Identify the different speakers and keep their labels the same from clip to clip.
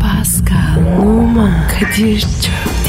Speaker 1: Pascal, Oman, Kadir çok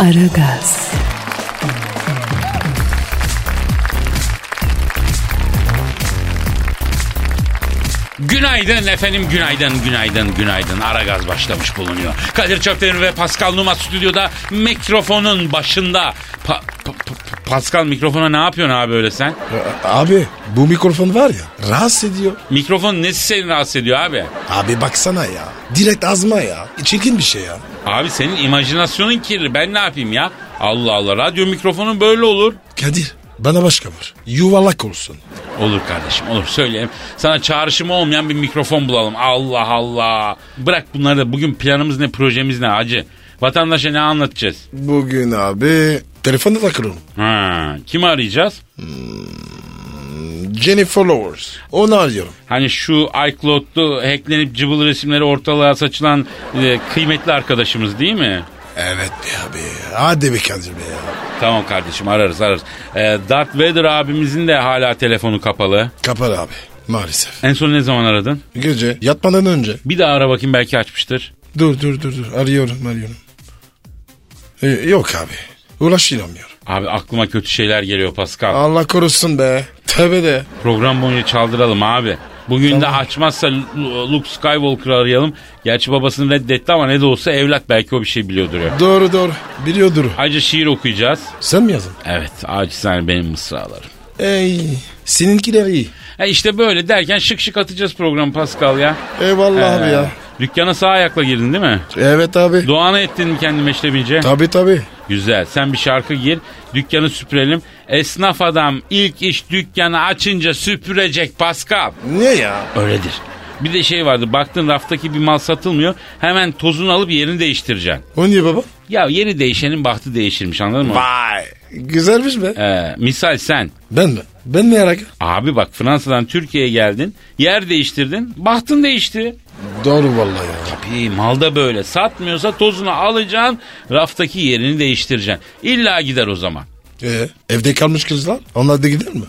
Speaker 1: Aragaz,
Speaker 2: Günaydın efendim, günaydın, günaydın, günaydın. Ara gaz başlamış bulunuyor. Kadir Çöpleri ve Pascal Numa stüdyoda mikrofonun başında. Pa- pa- pa- Pascal mikrofona ne yapıyorsun abi öyle sen?
Speaker 3: Abi bu mikrofon var ya rahatsız ediyor.
Speaker 2: Mikrofon nesi seni rahatsız ediyor abi?
Speaker 3: Abi baksana ya. Direkt azma ya. Çekin bir şey ya.
Speaker 2: Abi senin imajinasyonun kirli. Ben ne yapayım ya? Allah Allah radyo mikrofonu böyle olur.
Speaker 3: Kadir bana başka var. Yuvarlak olsun.
Speaker 2: Olur kardeşim olur söyleyeyim. Sana çağrışımı olmayan bir mikrofon bulalım. Allah Allah. Bırak bunları da bugün planımız ne projemiz ne acı. Vatandaşa ne anlatacağız?
Speaker 3: Bugün abi. Telefonda takılalım.
Speaker 2: Ha, kimi arayacağız?
Speaker 3: Jennifer Lawrence. Onu arıyorum.
Speaker 2: Hani şu iCloud'lu hacklenip cıbıl resimleri ortalığa saçılan e, kıymetli arkadaşımız değil mi?
Speaker 3: Evet be abi. Hadi be Kadir be ya.
Speaker 2: Tamam kardeşim ararız ararız. E, Darth Vader abimizin de hala telefonu kapalı.
Speaker 3: Kapar abi. Maalesef.
Speaker 2: En son ne zaman aradın?
Speaker 3: Gece yatmadan önce.
Speaker 2: Bir daha ara bakayım belki açmıştır.
Speaker 3: Dur dur dur dur. Arıyorum arıyorum. Ee, yok abi. Ulaşılamıyorum.
Speaker 2: Abi aklıma kötü şeyler geliyor Pascal.
Speaker 3: Allah korusun be. Tövbe de.
Speaker 2: Program boyunca çaldıralım abi. Bugün de açmazsa Lu- Lu- Luke Skywalker'ı arayalım. Gerçi babasını reddetti ama ne de olsa evlat belki o bir şey biliyordur ya.
Speaker 3: Doğru doğru. Biliyordur.
Speaker 2: Ayrıca şiir okuyacağız.
Speaker 3: Sen mi yazdın?
Speaker 2: Evet acizane benim mısralarım.
Speaker 3: Ey. Seninkiler iyi.
Speaker 2: E işte böyle derken şık şık atacağız programı Pascal ya.
Speaker 3: Eyvallah
Speaker 2: Ee,
Speaker 3: abi ya.
Speaker 2: Dükkana sağ ayakla girdin değil mi?
Speaker 3: Evet abi.
Speaker 2: Doğanı ettin mi kendi meşrebince?
Speaker 3: Tabi tabi.
Speaker 2: Güzel. Sen bir şarkı gir. Dükkanı süpürelim. Esnaf adam ilk iş dükkanı açınca süpürecek Pascal.
Speaker 3: Ne ya?
Speaker 2: Öyledir. Bir de şey vardı. Baktın raftaki bir mal satılmıyor. Hemen tozunu alıp yerini değiştireceksin.
Speaker 3: O niye baba?
Speaker 2: Ya yeri değişenin bahtı değişirmiş anladın mı?
Speaker 3: Vay. Güzelmiş be.
Speaker 2: Ee, misal sen.
Speaker 3: Ben mi? Ben mi yarak?
Speaker 2: Abi bak Fransa'dan Türkiye'ye geldin. Yer değiştirdin. Bahtın değişti.
Speaker 3: Doğru vallahi ya.
Speaker 2: Tabii malda böyle. Satmıyorsa tozunu alacaksın, raftaki yerini değiştireceksin. İlla gider o zaman.
Speaker 3: Ee, evde kalmış kızlar. Onlar da gider mi?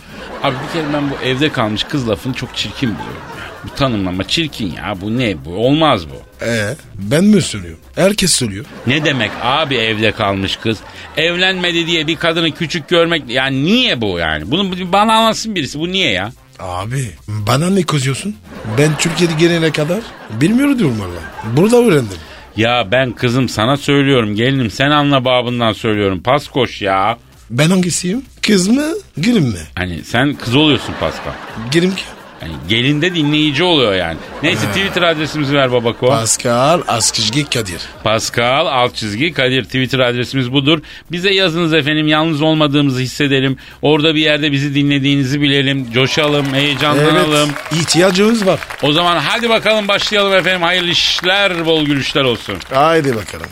Speaker 2: Abi bir kere ben bu evde kalmış kız lafını çok çirkin buluyorum. ya. Bu tanımlama çirkin ya. Bu ne bu? Olmaz bu.
Speaker 3: Ee, ben mi söylüyorum? Herkes söylüyor.
Speaker 2: Ne demek abi evde kalmış kız? Evlenmedi diye bir kadını küçük görmek... Yani niye bu yani? Bunu bu- bana anlatsın birisi. Bu niye ya?
Speaker 3: Abi bana ne kızıyorsun? Ben Türkiye'de gelene kadar bilmiyordum valla. Burada öğrendim.
Speaker 2: Ya ben kızım sana söylüyorum gelinim sen anla babından söylüyorum. Pas koş ya.
Speaker 3: Ben hangisiyim? Kız mı? Girim mi?
Speaker 2: Hani sen kız oluyorsun Pascal.
Speaker 3: Girim ki.
Speaker 2: Yani gelin de dinleyici oluyor yani. Neyse Twitter adresimizi ver babako.
Speaker 3: Pascal Askizgi Kadir.
Speaker 2: Pascal alt çizgi Kadir Twitter adresimiz budur. Bize yazınız efendim yalnız olmadığımızı hissedelim. Orada bir yerde bizi dinlediğinizi bilelim. Coşalım, heyecanlanalım.
Speaker 3: ihtiyacımız var.
Speaker 2: O zaman hadi bakalım başlayalım efendim. Hayırlı işler, bol gülüşler olsun.
Speaker 3: Haydi bakalım.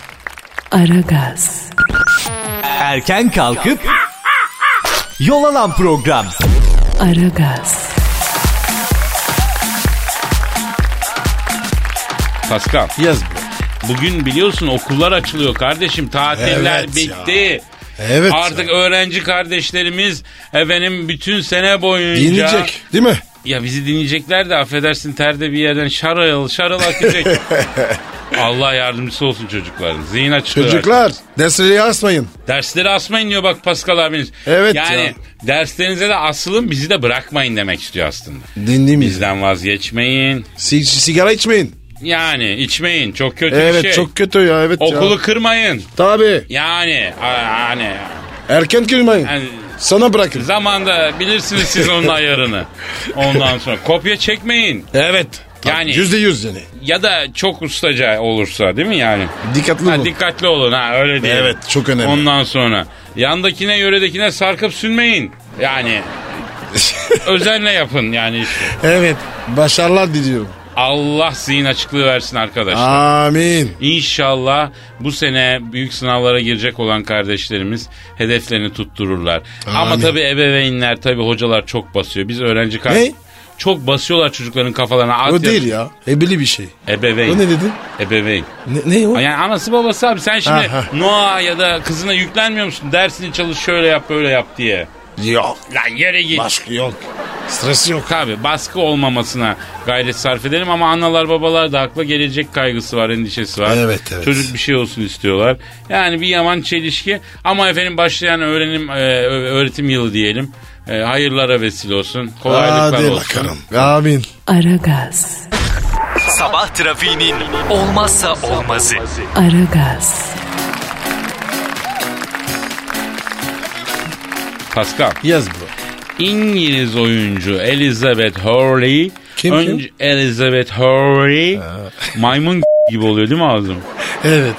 Speaker 1: Aragaz,
Speaker 4: Erken kalkıp yol alan program.
Speaker 1: Aragaz,
Speaker 2: Pascal
Speaker 3: Yaz bu.
Speaker 2: bugün biliyorsun okullar açılıyor kardeşim. Tatiller
Speaker 3: Evet ya.
Speaker 2: bitti.
Speaker 3: Evet.
Speaker 2: Artık öğrenci kardeşlerimiz efendim bütün sene boyunca
Speaker 3: Dinleyecek değil mi?
Speaker 2: Ya bizi dinleyecekler de affedersin terde bir yerden şarıl şarıl akacak. Allah yardımcısı olsun çocukların. Zihin açıklığı.
Speaker 3: Çocuklar dersleri asmayın.
Speaker 2: Dersleri asmayın diyor bak Pascal abiniz.
Speaker 3: Evet
Speaker 2: Yani
Speaker 3: ya.
Speaker 2: derslerinize de asılın bizi de bırakmayın demek istiyor aslında.
Speaker 3: Dinlemeyiz.
Speaker 2: Bizden vazgeçmeyin.
Speaker 3: Si- sigara içmeyin.
Speaker 2: Yani içmeyin çok kötü bir
Speaker 3: Evet
Speaker 2: şey.
Speaker 3: çok kötü ya evet
Speaker 2: Okulu
Speaker 3: ya.
Speaker 2: kırmayın.
Speaker 3: Tabii.
Speaker 2: Yani a- yani,
Speaker 3: Erken girmeyin.
Speaker 2: yani
Speaker 3: Sana bırakın.
Speaker 2: zamanda bilirsiniz siz onun ayarını. Ondan sonra kopya çekmeyin.
Speaker 3: Evet.
Speaker 2: Yani-
Speaker 3: Yüzde yüz yani.
Speaker 2: Ya da çok ustaca olursa değil mi yani?
Speaker 3: Dikkatli
Speaker 2: Ha,
Speaker 3: olun.
Speaker 2: dikkatli olun ha öyle diye.
Speaker 3: Evet, çok önemli.
Speaker 2: Ondan sonra yandakine yöredekine sarkıp sünmeyin. Yani özenle yapın yani işte.
Speaker 3: evet. Başarılar diliyorum.
Speaker 2: Allah zihin açıklığı versin arkadaşlar.
Speaker 3: Amin.
Speaker 2: İnşallah bu sene büyük sınavlara girecek olan kardeşlerimiz hedeflerini tuttururlar. Ama
Speaker 3: Amin.
Speaker 2: tabii ebeveynler tabii hocalar çok basıyor. Biz öğrenci kar-
Speaker 3: Ne?
Speaker 2: çok basıyorlar çocukların kafalarına. At
Speaker 3: O değil ya. Ebeli bir şey.
Speaker 2: Ebeveyn.
Speaker 3: O ne dedin?
Speaker 2: Ebeveyn.
Speaker 3: Ne, ne o?
Speaker 2: Yani anası babası abi sen şimdi
Speaker 3: Ha, ha.
Speaker 2: Noah ya da kızına yüklenmiyor musun? Dersini çalış şöyle yap böyle yap diye.
Speaker 3: Yok.
Speaker 2: Lan yere git.
Speaker 3: Baskı yok. Stres yok.
Speaker 2: Abi baskı olmamasına gayret sarf edelim ama analar babalar da haklı gelecek kaygısı var endişesi var.
Speaker 3: Evet, evet.
Speaker 2: Çocuk bir şey olsun istiyorlar. Yani bir yaman çelişki ama efendim başlayan öğrenim e, ö- öğretim yılı diyelim. E, hayırlara vesile olsun. Kolaylıklar
Speaker 3: Hadi
Speaker 2: olsun.
Speaker 3: bakalım. Amin.
Speaker 1: Aragaz,
Speaker 4: Sabah trafiğinin olmazsa olmazı.
Speaker 1: Aragaz,
Speaker 2: Pascal.
Speaker 3: Yaz bu.
Speaker 2: İngiliz oyuncu Elizabeth Hurley.
Speaker 3: Kim,
Speaker 2: Önce Elizabeth Hurley. Maymun gibi oluyor değil mi ağzım?
Speaker 3: Evet.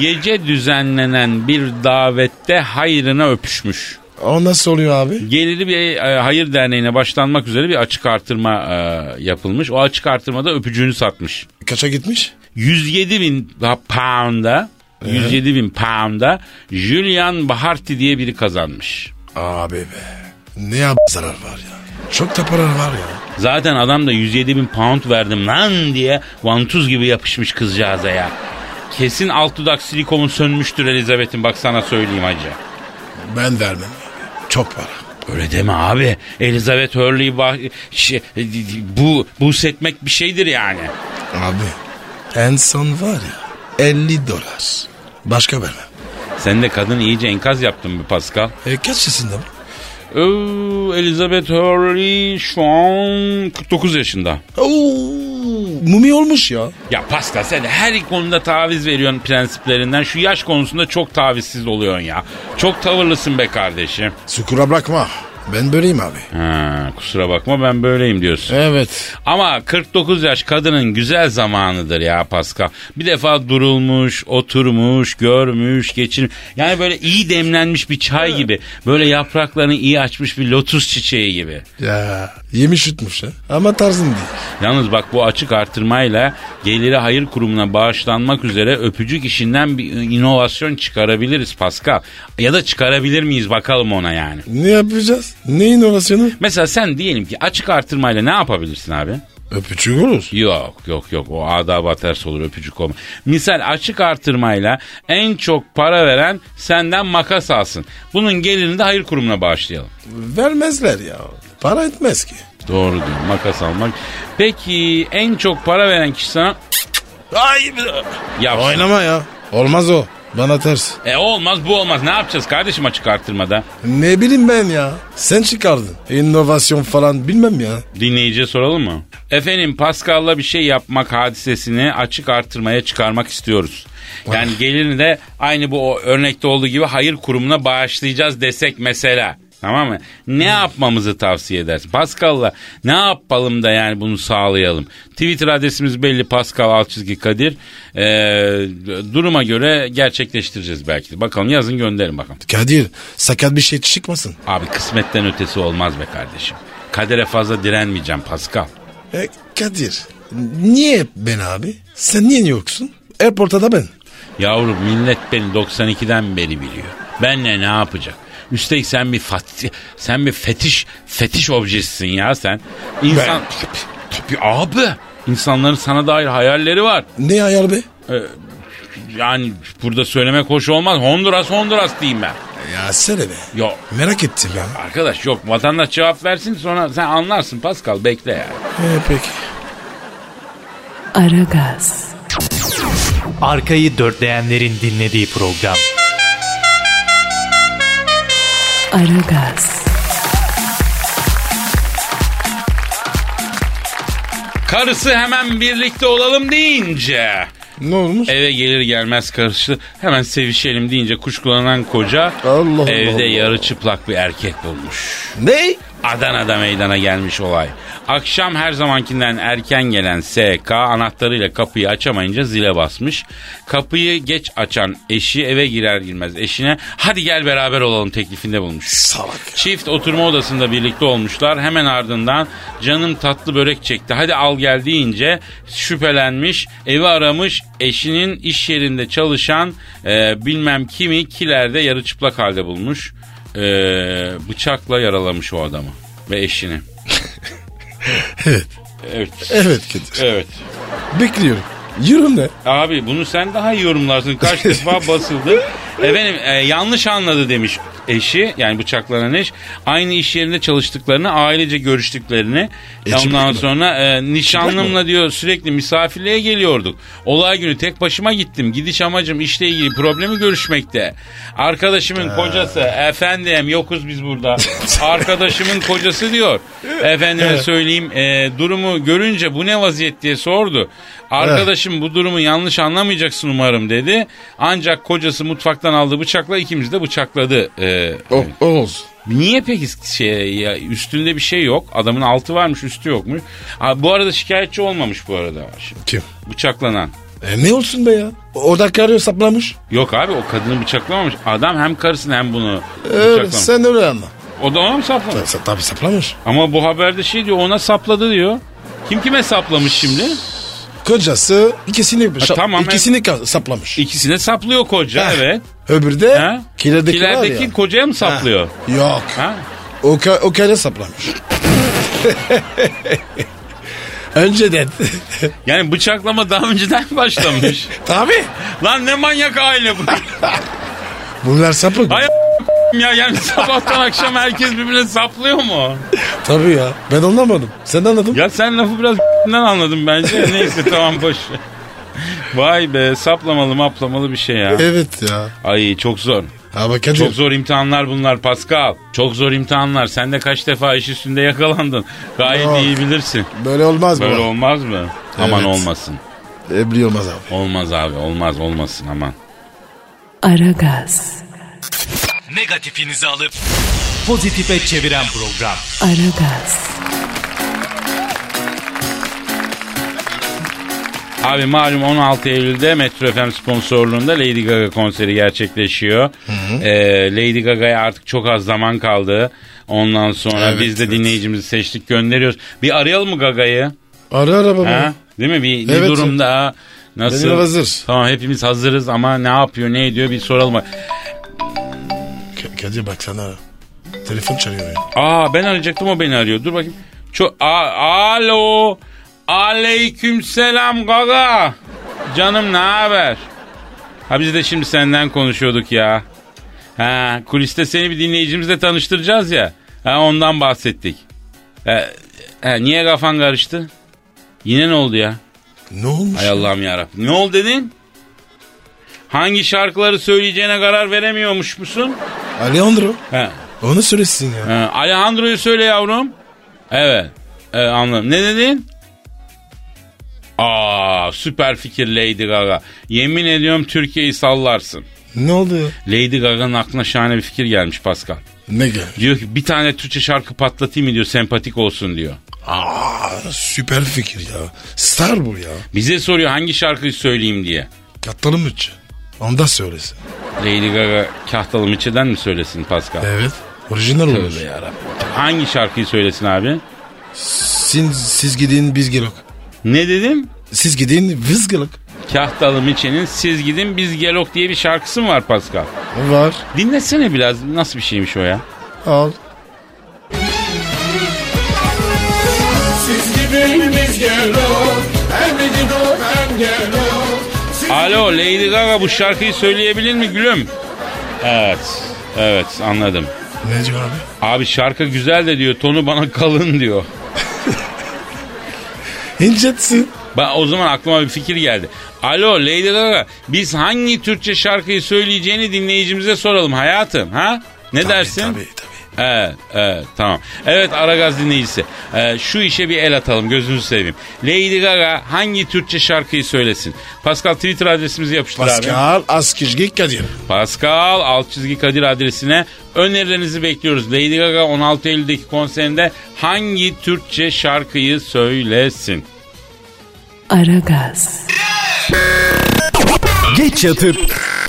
Speaker 2: Gece düzenlenen bir davette hayrına öpüşmüş.
Speaker 3: O nasıl oluyor abi?
Speaker 2: Geliri bir e, hayır derneğine başlanmak üzere bir açık artırma e, yapılmış. O açık artırmada öpücüğünü satmış.
Speaker 3: Kaça gitmiş?
Speaker 2: 107 bin da- pound'a 107 bin pound'a Julian Baharti diye biri kazanmış.
Speaker 3: Abi be. Ne yap zarar var ya. Çok da para var ya.
Speaker 2: Zaten adam da 107 bin pound verdim lan diye vantuz gibi yapışmış kızcağıza ya. Kesin alt dudak silikonun sönmüştür Elizabeth'in bak sana söyleyeyim hacı.
Speaker 3: Ben vermem. Çok para.
Speaker 2: Öyle deme abi. Elizabeth Hurley bah- şey, bu, bu setmek bir şeydir yani.
Speaker 3: Abi. En son var ya. 50 dolar. Başka vermem.
Speaker 2: Sen de kadın iyice enkaz yaptın bir Pascal.
Speaker 3: E kaç yaşında bu?
Speaker 2: Ee, Elizabeth Hurley şu an 49 yaşında.
Speaker 3: Oo, mumi olmuş ya.
Speaker 2: Ya Pascal sen de her konuda taviz veriyorsun prensiplerinden. Şu yaş konusunda çok tavizsiz oluyorsun ya. Çok tavırlısın be kardeşim.
Speaker 3: Sukura bırakma. Ben böyleyim abi.
Speaker 2: Ha, kusura bakma ben böyleyim diyorsun.
Speaker 3: Evet.
Speaker 2: Ama 49 yaş kadının güzel zamanıdır ya Pascal. Bir defa durulmuş, oturmuş, görmüş, geçirmiş. Yani böyle iyi demlenmiş bir çay gibi. Böyle yapraklarını iyi açmış bir lotus çiçeği gibi.
Speaker 3: Ya yemiş yutmuş ha. Ama tarzın değil.
Speaker 2: Yalnız bak bu açık artırmayla geliri hayır kurumuna bağışlanmak üzere öpücük işinden bir inovasyon çıkarabiliriz Pascal. Ya da çıkarabilir miyiz bakalım ona yani.
Speaker 3: Ne yapacağız? Ne inovasyonu?
Speaker 2: Mesela sen diyelim ki açık artırmayla ne yapabilirsin abi?
Speaker 3: Öpücük olur.
Speaker 2: Yok yok yok o adaba ters olur öpücük olma. Misal açık artırmayla en çok para veren senden makas alsın. Bunun gelirini de hayır kurumuna bağışlayalım.
Speaker 3: Vermezler ya. Para etmez ki.
Speaker 2: Doğru diyor makas almak. Peki en çok para veren kişi sana
Speaker 3: Ay
Speaker 2: yapsın.
Speaker 3: Oynama ya. Olmaz o. Bana ters.
Speaker 2: E olmaz bu olmaz. Ne yapacağız kardeşim açık artırmada?
Speaker 3: Ne bileyim ben ya. Sen çıkardın. İnovasyon falan bilmem ya.
Speaker 2: Dinleyiciye soralım mı? Efendim Pascal'la bir şey yapmak hadisesini açık artırmaya çıkarmak istiyoruz. Yani gelirini de aynı bu o örnekte olduğu gibi hayır kurumuna bağışlayacağız desek mesela. Tamam mı? Ne yapmamızı tavsiye edersin? Pascal'la ne yapalım da yani bunu sağlayalım? Twitter adresimiz belli Pascal alt çizgi Kadir. Ee, duruma göre gerçekleştireceğiz belki de. Bakalım yazın gönderin bakalım.
Speaker 3: Kadir sakat bir şey çıkmasın.
Speaker 2: Abi kısmetten ötesi olmaz be kardeşim. Kadere fazla direnmeyeceğim Pascal.
Speaker 3: E, Kadir niye hep ben abi? Sen niye yoksun? Airport'a da ben.
Speaker 2: Yavrum millet beni 92'den beri biliyor. Benle ne yapacak? Üstelik sen bir fat sen bir fetiş fetiş objesisin ya sen. İnsan tabii abi. İnsanların sana dair hayalleri var.
Speaker 3: Ne ayar be?
Speaker 2: Yani burada söylemek hoş olmaz. Honduras Honduras diyeyim ben.
Speaker 3: Ya söyle be.
Speaker 2: Yok
Speaker 3: Merak ettim ya.
Speaker 2: arkadaş yok vatandaş cevap versin sonra sen anlarsın Pascal bekle ya.
Speaker 3: E, peki.
Speaker 1: Aragaz,
Speaker 4: Arkayı dörtleyenlerin dinlediği program.
Speaker 1: Aragaz,
Speaker 2: Karısı hemen birlikte olalım deyince
Speaker 3: Ne olmuş?
Speaker 2: Eve gelir gelmez karıştı. Hemen sevişelim deyince kuşkulanan koca
Speaker 3: Allah Allah
Speaker 2: evde
Speaker 3: Allah.
Speaker 2: yarı çıplak bir erkek bulmuş.
Speaker 3: ne?
Speaker 2: Adana'da meydana gelmiş olay. Akşam her zamankinden erken gelen SK anahtarıyla kapıyı açamayınca zile basmış. Kapıyı geç açan eşi eve girer girmez eşine hadi gel beraber olalım teklifinde bulmuş.
Speaker 3: Salak.
Speaker 2: Çift oturma odasında birlikte olmuşlar. Hemen ardından canım tatlı börek çekti. Hadi al gel deyince şüphelenmiş. Evi aramış. Eşinin iş yerinde çalışan e, bilmem kimi kilerde yarı çıplak halde bulmuş. E, bıçakla yaralamış o adamı ve eşini.
Speaker 3: Evet.
Speaker 2: Evet.
Speaker 3: Evet Kadir.
Speaker 2: Evet.
Speaker 3: Bekliyorum. Yorum ne?
Speaker 2: Abi bunu sen daha iyi yorumlarsın. Kaç defa basıldı. Efendim e, yanlış anladı demiş eşi yani bıçaklanan eş. Aynı iş yerinde çalıştıklarını, ailece görüştüklerini.
Speaker 3: E,
Speaker 2: ondan
Speaker 3: çıplak mı?
Speaker 2: sonra e,
Speaker 3: Çıplak
Speaker 2: nişanlımla diyor sürekli misafirliğe geliyorduk. Olay günü tek başıma gittim. Gidiş amacım işle ilgili problemi görüşmekte. Arkadaşımın kocası efendim yokuz biz burada. Arkadaşımın kocası diyor. Efendime söyleyeyim e, durumu görünce bu ne vaziyet diye sordu. Arkadaşım bu durumu yanlış anlamayacaksın umarım dedi. Ancak kocası mutfaktan aldığı bıçakla ikimizi de bıçakladı. E,
Speaker 3: O, o olsun.
Speaker 2: Niye peki şey, ya üstünde bir şey yok? Adamın altı varmış üstü yokmuş. Ha, bu arada şikayetçi olmamış bu arada. Şimdi
Speaker 3: Kim?
Speaker 2: Bıçaklanan.
Speaker 3: E ne olsun be ya? Orada karıyor saplamış.
Speaker 2: Yok abi o kadını bıçaklamamış. Adam hem karısını hem bunu
Speaker 3: Öyle,
Speaker 2: bıçaklamış.
Speaker 3: sen öyle anla.
Speaker 2: O da ona mı saplamış?
Speaker 3: Sa- Tabii saplamış.
Speaker 2: Ama bu haberde şey diyor ona sapladı diyor. Kim kime saplamış şimdi?
Speaker 3: Kocası ikisini şa-
Speaker 2: tamam,
Speaker 3: ikisini ka- saplamış.
Speaker 2: İkisine saplıyor koca
Speaker 3: Heh.
Speaker 2: evet.
Speaker 3: Öbürü de
Speaker 2: Ha?
Speaker 3: kilerdeki, var
Speaker 2: Kilerdeki
Speaker 3: ya.
Speaker 2: kocaya mı saplıyor?
Speaker 3: Yok.
Speaker 2: Ha?
Speaker 3: O, ka- o kere saplamış. Önceden.
Speaker 2: Yani bıçaklama daha önceden başlamış.
Speaker 3: Tabii.
Speaker 2: Lan ne manyak aile bu.
Speaker 3: Bunlar sapık.
Speaker 2: Ay a**im ya yani sabahtan akşam herkes birbirine saplıyor mu?
Speaker 3: Tabii ya. Ben anlamadım. Sen anladın mı?
Speaker 2: Ya sen lafı biraz a**imden anladım bence. Neyse tamam boş. ver. Vay be saplamalı maplamalı bir şey ya.
Speaker 3: Evet ya.
Speaker 2: Ay çok zor.
Speaker 3: Ha bak Kadir.
Speaker 2: Çok zor imtihanlar bunlar Pascal. Çok zor imtihanlar. Sen de kaç defa iş üstünde yakalandın. Gayet
Speaker 3: Yok.
Speaker 2: iyi bilirsin.
Speaker 3: Böyle olmaz
Speaker 2: Böyle
Speaker 3: bu.
Speaker 2: olmaz mı? Aman
Speaker 3: Evet.
Speaker 2: olmasın.
Speaker 3: Ebli olmaz abi.
Speaker 2: Olmaz abi olmaz olmasın aman.
Speaker 1: Aragaz.
Speaker 4: Negatifinizi alıp pozitife çeviren program.
Speaker 1: Aragaz.
Speaker 2: Abi malum 16 Eylül'de Metro FM sponsorluğunda Lady Gaga konseri gerçekleşiyor. Ee, Lady Gaga'ya artık çok az zaman kaldı. Ondan sonra
Speaker 3: Evet,
Speaker 2: biz de
Speaker 3: evet.
Speaker 2: dinleyicimizi seçtik gönderiyoruz. Bir arayalım mı Gaga'yı?
Speaker 3: Ara ara baba.
Speaker 2: Ha? Değil mi? Bir ne
Speaker 3: Evet.
Speaker 2: durumda? Nasıl?
Speaker 3: Benim hazır.
Speaker 2: Tamam hepimiz hazırız ama ne yapıyor ne ediyor bir soralım.
Speaker 3: K- Kadir baksana. Telefon çalıyor ya.
Speaker 2: Aa ben arayacaktım o beni arıyor. Dur bakayım. Çok alo. Aleyküm selam gaga. Canım ne haber? Ha biz de şimdi senden konuşuyorduk ya. Ha kuliste seni bir dinleyicimizle tanıştıracağız ya. Ha ondan bahsettik. Ha, ha, niye kafan karıştı? Yine ne oldu ya?
Speaker 3: Ne olmuş?
Speaker 2: Hay Allah'ım yarabbim. Ne oldu dedin? Hangi şarkıları söyleyeceğine karar veremiyormuş musun?
Speaker 3: Alejandro.
Speaker 2: Ha.
Speaker 3: Onu söylesin ya.
Speaker 2: Ee, Alejandro'yu söyle yavrum. Evet. Evet anladım. Ne dedin? Aa süper fikir Lady Gaga. Yemin ediyorum Türkiye'yi sallarsın.
Speaker 3: Ne oldu ya?
Speaker 2: Lady Gaga'nın aklına şahane bir fikir gelmiş Pascal.
Speaker 3: Ne gel?
Speaker 2: Diyor ki bir tane Türkçe şarkı patlatayım mı diyor sempatik olsun diyor.
Speaker 3: Aa, süper fikir ya. Star bu ya.
Speaker 2: Bize soruyor hangi şarkıyı söyleyeyim diye.
Speaker 3: Katlanım üçü. Onda söylesin.
Speaker 2: Lady Gaga kahtalı mıçıdan mi söylesin Pascal?
Speaker 3: Evet. Orijinal olur.
Speaker 2: Tövbe yarabbim. Hangi şarkıyı söylesin abi?
Speaker 3: Siz, siz gidin biz gelok.
Speaker 2: Ne dedim?
Speaker 3: Siz gidin biz gelok.
Speaker 2: Kahtalı Miçe'nin Siz Gidin Biz Gelok diye bir şarkısı mı var Pascal?
Speaker 3: Var.
Speaker 2: Dinlesene biraz nasıl bir şeymiş o ya?
Speaker 3: Al.
Speaker 2: Alo Lady Gaga bu şarkıyı söyleyebilir mi gülüm? Evet. Evet anladım.
Speaker 3: Ne diyor abi?
Speaker 2: Abi şarkı güzel de diyor tonu bana kalın diyor.
Speaker 3: İncetsin.
Speaker 2: Ben o zaman aklıma bir fikir geldi. Alo Lady Gaga biz hangi Türkçe şarkıyı söyleyeceğini dinleyicimize soralım hayatım ha? Ne dersin?
Speaker 3: Tabii tabii.
Speaker 2: Evet, evet tamam. Evet Aragaz dinleyicisi. Ee, şu işe bir el atalım gözünüzü seveyim. Lady Gaga hangi Türkçe şarkıyı söylesin? Pascal Twitter adresimizi yapıştır abi.
Speaker 3: Pascal Askizgi Kadir.
Speaker 2: Pascal alt çizgi Kadir adresine önerilerinizi bekliyoruz. Lady Gaga 16 Eylül'deki konserinde hangi Türkçe şarkıyı söylesin?
Speaker 1: Aragaz.
Speaker 4: Geç yatıp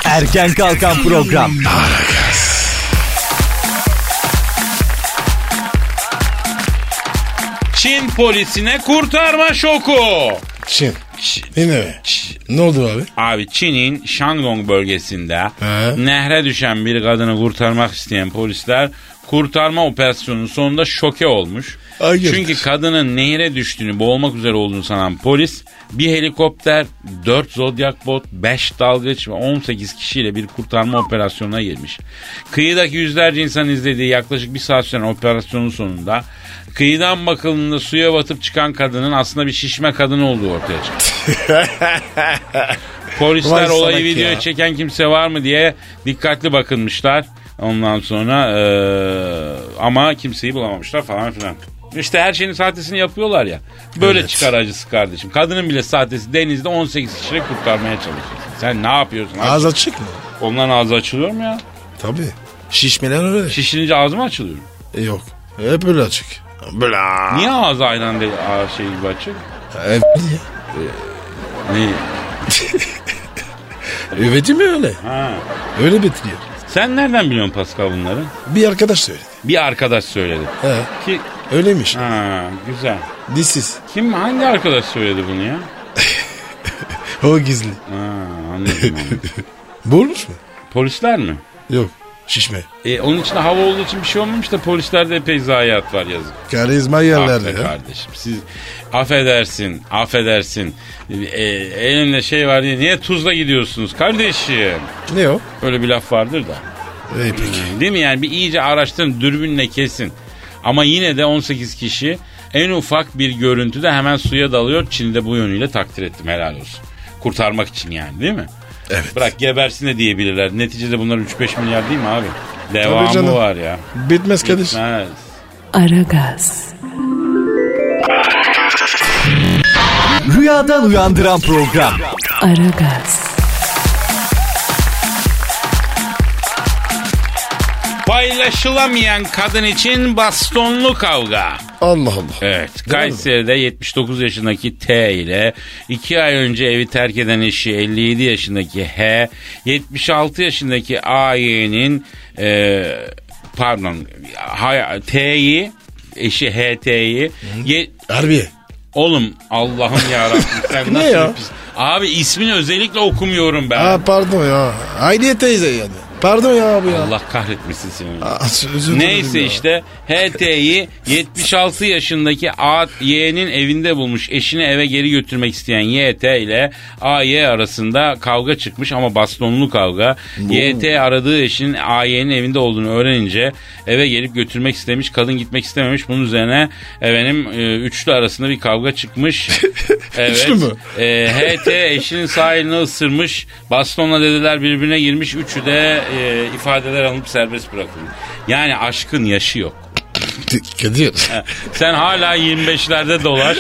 Speaker 4: erken kalkan program.
Speaker 2: Çin polisine kurtarma şoku.
Speaker 3: Çin.
Speaker 2: Ç-
Speaker 3: Yine mi? Ne oldu abi?
Speaker 2: Abi Çin'in Shandong bölgesinde
Speaker 3: He.
Speaker 2: nehre düşen bir kadını kurtarmak isteyen polisler kurtarma operasyonunun sonunda şoke olmuş.
Speaker 3: Hayırdır?
Speaker 2: Çünkü kadının nehre düştüğünü, boğulmak üzere olduğunu sanan polis bir helikopter, 4 zodyak bot, 5 dalgıç ve 18 kişiyle bir kurtarma operasyonuna girmiş. Kıyıdaki yüzlerce insan izlediği yaklaşık bir saat süren operasyonun sonunda kıyıdan bakıldığında suya batıp çıkan kadının aslında bir şişme kadın olduğu ortaya çıktı.
Speaker 3: Vay
Speaker 2: Polisler
Speaker 3: salak
Speaker 2: olayı
Speaker 3: ya.
Speaker 2: videoya çeken kimse var mı diye dikkatli bakınmışlar. Ondan sonra eee, ama kimseyi bulamamışlar falan filan. İşte her şeyin sahtesini yapıyorlar ya. Böyle
Speaker 3: Evet.
Speaker 2: çıkar acısı kardeşim. Kadının bile sahtesi denizde 18 kişiyi kurtarmaya çalışıyorsun. Sen ne yapıyorsun?
Speaker 3: Ağız açık mı?
Speaker 2: Onların ağzı açılıyor mu ya?
Speaker 3: Tabii. Şişmeler öyle.
Speaker 2: Şişirince ağzı mı açılıyor?
Speaker 3: E, Yok. Hep böyle açık. Böyle.
Speaker 2: Niye ağzı aynı anda a- şey gibi açık?
Speaker 3: Ev niye?
Speaker 2: Ne?
Speaker 3: Üveti mi öyle?
Speaker 2: Ha.
Speaker 3: Öyle bitiriyor.
Speaker 2: Sen nereden biliyorsun Pascal bunları?
Speaker 3: Bir arkadaş söyledi.
Speaker 2: Bir arkadaş söyledi.
Speaker 3: He.
Speaker 2: Ki
Speaker 3: Öyleymiş.
Speaker 2: ha, güzel.
Speaker 3: This is.
Speaker 2: Kim hangi arkadaş söyledi bunu ya?
Speaker 3: O gizli.
Speaker 2: Ha, anladım. anladım.
Speaker 3: Bulmuş mu?
Speaker 2: Polisler mi?
Speaker 3: Yok. Şişme.
Speaker 2: E, onun için hava olduğu için bir şey olmamış da polislerde epey zayiat var yazık.
Speaker 3: Karizma
Speaker 2: Ah be
Speaker 3: yerlerde. ya.
Speaker 2: kardeşim siz affedersin affedersin E, elinde şey var diye niye tuzla gidiyorsunuz kardeşim?
Speaker 3: Ne o?
Speaker 2: Öyle bir laf vardır da.
Speaker 3: E, peki.
Speaker 2: Değil mi yani bir iyice araştırın dürbünle kesin. Ama yine de 18 kişi en ufak bir görüntüde hemen suya dalıyor. Çin'de bu yönüyle takdir ettim helal olsun. Kurtarmak için yani değil mi?
Speaker 3: Evet.
Speaker 2: Bırak gebersin de diyebilirler. Neticede bunlar 3-5 milyar değil mi abi? Devamı
Speaker 3: canım.
Speaker 2: var ya.
Speaker 3: Bitmez Kadir.
Speaker 2: Bitmez.
Speaker 1: Aragaz.
Speaker 4: Rüyadan uyandıran program.
Speaker 1: Aragaz.
Speaker 2: Paylaşılamayan kadın için bastonlu kavga.
Speaker 3: Allah Allah.
Speaker 2: Evet. Kayseri'de 79 yaşındaki T ile 2 ay önce evi terk eden eşi 57 yaşındaki H, 76 yaşındaki AY'nin e, pardon hay- T'yi eşi HT'yi ye-
Speaker 3: Harbi.
Speaker 2: Oğlum Allah'ım yarabbim
Speaker 3: Ne
Speaker 2: sen nasıl
Speaker 3: ya?
Speaker 2: bir pis- Abi ismini özellikle okumuyorum ben.
Speaker 3: Aa pardon ya. Haydi teyze yani. Pardon ya abi ya.
Speaker 2: Allah kahretmesin seni.
Speaker 3: Aa, özür dilerim
Speaker 2: Neyse
Speaker 3: ya.
Speaker 2: işte HT'yi 76 yaşındaki AY'nin evinde bulmuş. Eşini eve geri götürmek isteyen YT ile AY arasında kavga çıkmış ama bastonlu kavga. YT aradığı eşinin AY'nin evinde olduğunu öğrenince eve gelip götürmek istemiş. Kadın gitmek istememiş. Bunun üzerine efendim e, üçlü arasında bir kavga çıkmış. evet.
Speaker 3: Üçlü mü?
Speaker 2: E, HT eşinin sağ elini ısırmış. Bastonla dedeler birbirine girmiş. Üçü de e, ifadeler alınıp serbest bırakılmış. Yani aşkın yaşı yok.
Speaker 3: Kadir.
Speaker 2: Sen hala 25'lerde dolaş.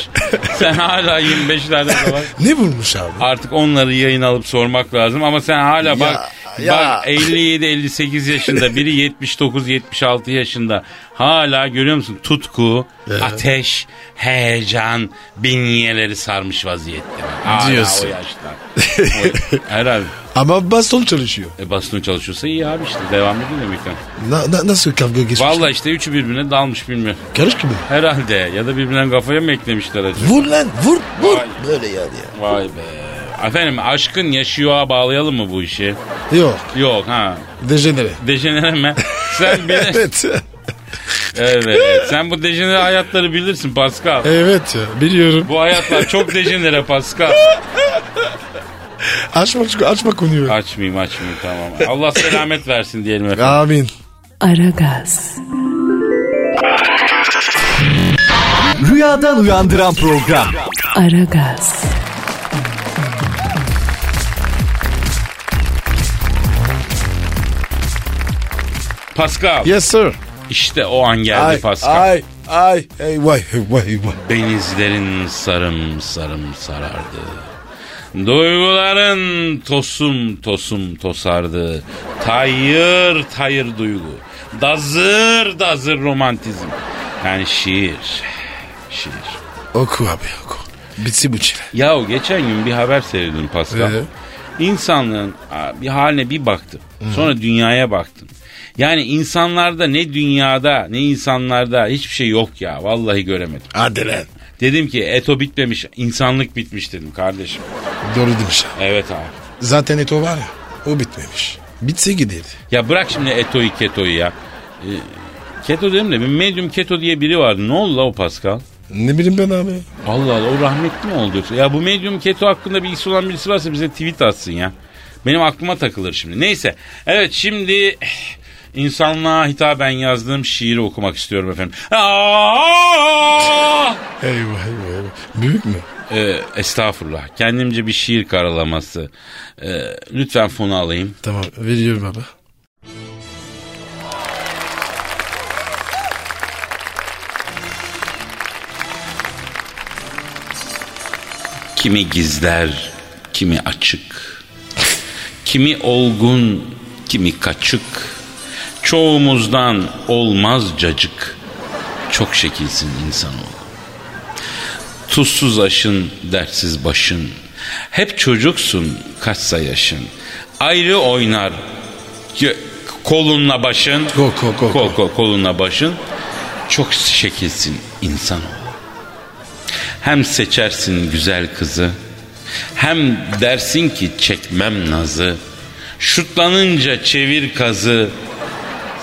Speaker 2: Sen hala 25'lerde dolaş.
Speaker 3: ne bulmuş abi?
Speaker 2: Artık onları yayın alıp sormak lazım ama sen hala bak
Speaker 3: ya.
Speaker 2: bak 57 58 yaşında biri 79 76 yaşında hala görüyor musun tutku, ateş, heyecan binyeleri sarmış vaziyette. Hala
Speaker 3: Diyorsun.
Speaker 2: o yaşta. O- Herhalde.
Speaker 3: Ama baston çalışıyor.
Speaker 2: E, baston çalışıyorsa iyi abi işte devam ediyor demekten.
Speaker 3: Na- na- nasıl kavga geçmiş?
Speaker 2: Vallahi işte üçü birbirine dalmış bilmiyor.
Speaker 3: Karış gibi.
Speaker 2: Herhalde ya da birbirine kafaya mı eklemişler acaba?
Speaker 3: Vur lan vur vur. Böyle yani ya.
Speaker 2: Vay be. Efendim aşkın yaşıyor'a bağlayalım mı bu işi?
Speaker 3: Yok.
Speaker 2: Yok ha.
Speaker 3: Dejenere.
Speaker 2: Dejenere mi? Sen bilirsin.
Speaker 3: evet.
Speaker 2: evet. Sen bu dejenere hayatları bilirsin Pascal.
Speaker 3: evet ya, biliyorum.
Speaker 2: Bu hayatlar çok dejenere Pascal.
Speaker 3: Açma, açma konuyu.
Speaker 2: Açmayayım açmayayım tamam. Allah selamet versin diyelim efendim.
Speaker 3: Amin.
Speaker 1: Aragaz.
Speaker 4: Rüyadan uyandıran program.
Speaker 1: Aragaz.
Speaker 2: Pascal
Speaker 3: Yes sir.
Speaker 2: İşte o an geldi
Speaker 3: Ay,
Speaker 2: Pascal.
Speaker 3: ay, ay, ay, vay, vay, vay.
Speaker 2: Benizlerin sarım sarım sarardı. Duyguların tosum tosum tosardı. Tayır tayır duygu. Dazır dazır romantizm. Yani şiir. Şiir.
Speaker 3: Oku abi, oku. Bitsi bu çile.
Speaker 2: Yahu geçen gün bir haber seyredim Pascal.
Speaker 3: Ee?
Speaker 2: İnsanlığın a, bir haline bir baktım. Sonra dünyaya baktım. Yani insanlarda ne dünyada ne insanlarda hiçbir şey yok ya. Vallahi göremedim.
Speaker 3: Hadi lan.
Speaker 2: Dedim ki eto bitmemiş insanlık bitmiş dedim kardeşim.
Speaker 3: Doğru demiş abi.
Speaker 2: Evet abi.
Speaker 3: Zaten eto var ya, o bitmemiş. Bitse giderdi.
Speaker 2: Ya bırak şimdi etoyu ketoyu ya. Ee, keto dedim de bir medium keto diye biri vardı. Ne oldu la o Pascal?
Speaker 3: Ne bileyim ben abi.
Speaker 2: Allah Allah o rahmetli mi oldu yoksa? Ya bu medium keto hakkında bilgisi olan birisi varsa bize tweet atsın ya. Benim aklıma takılır şimdi. Neyse. Evet şimdi eh, insanlığa hitaben yazdığım şiiri okumak istiyorum efendim. Ah! Aa!
Speaker 3: Eyvah eyvah eyvah. Büyük mü?
Speaker 2: Ee, estağfurullah. Kendimce bir şiir karalaması. Ee, lütfen fonu alayım.
Speaker 3: Tamam veriyorum baba.
Speaker 2: Kimi gizler, kimi açık. Kimi olgun, kimi kaçık. Çoğumuzdan olmaz cacık. Çok şekilsin insanoğlu. Tuzsuz aşın, dertsiz başın. Hep çocuksun, kaçsa yaşın. Ayrı oynar gö- kolunla başın.
Speaker 3: Ko- ko- ko-
Speaker 2: Ko- ko- kolunla başın. Çok şekilsin insanoğlu. Hem seçersin güzel kızı Hem dersin ki çekmem nazı Şutlanınca çevir kazı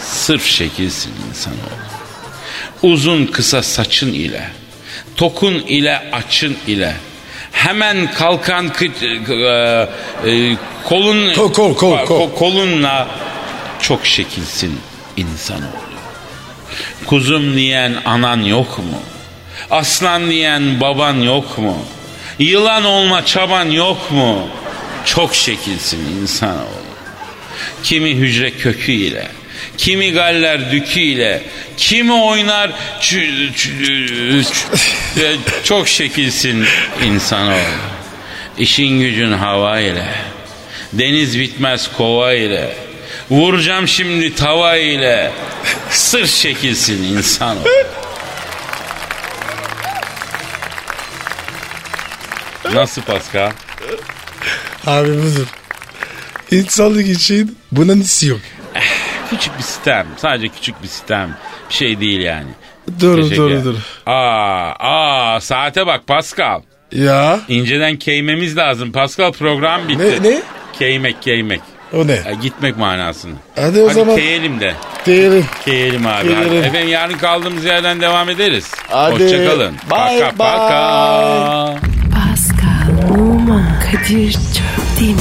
Speaker 2: Sırf şekilsin insanoğlu Uzun kısa saçın ile Tokun ile açın ile Hemen kalkan kı- e, e, kolun
Speaker 3: Kol, kol, kol, kol.
Speaker 2: kolunla çok şekilsin insanoğlu. Kuzum diyen anan yok mu? Aslan diyen baban yok mu? Yılan olma çaban yok mu? Çok şekilsin insanoğlu. Kimi hücre kökü ile, kimi galler dükü ile, kimi oynar çü- çü- çü- e, çok şekilsin insanoğlu. İşin gücün hava ile, deniz bitmez kova ile, vuracağım şimdi tava ile, sır şekilsin insanoğlu. Nasıl Pascal?
Speaker 3: Abi budur. İnsanlık için bunun hissi yok.
Speaker 2: Küçük bir sistem. Sadece küçük bir sistem. Bir şey değil yani.
Speaker 3: Doğru
Speaker 2: Teşekkür
Speaker 3: doğru
Speaker 2: ederim.
Speaker 3: doğru.
Speaker 2: Aa, aa saate bak Pascal.
Speaker 3: Ya
Speaker 2: İnceden keymemiz lazım. Pascal program bitti.
Speaker 3: ne ne?
Speaker 2: Keymek keymek.
Speaker 3: O
Speaker 2: Ya,
Speaker 3: ne?
Speaker 2: gitmek manasını.
Speaker 3: Hadi E, o
Speaker 2: Hadi
Speaker 3: zaman
Speaker 2: keyelim de.
Speaker 3: diyelim.
Speaker 2: Keyelim abi.
Speaker 3: Keyelim.
Speaker 2: Hadi. Efendim yarın kaldığımız yerden devam ederiz.
Speaker 4: Hadi.
Speaker 2: Hoşçakalın.
Speaker 4: Bye,
Speaker 2: paka, paka.
Speaker 1: Pascal, Oman, Kadir çok değil mi?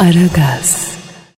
Speaker 1: Aragaz.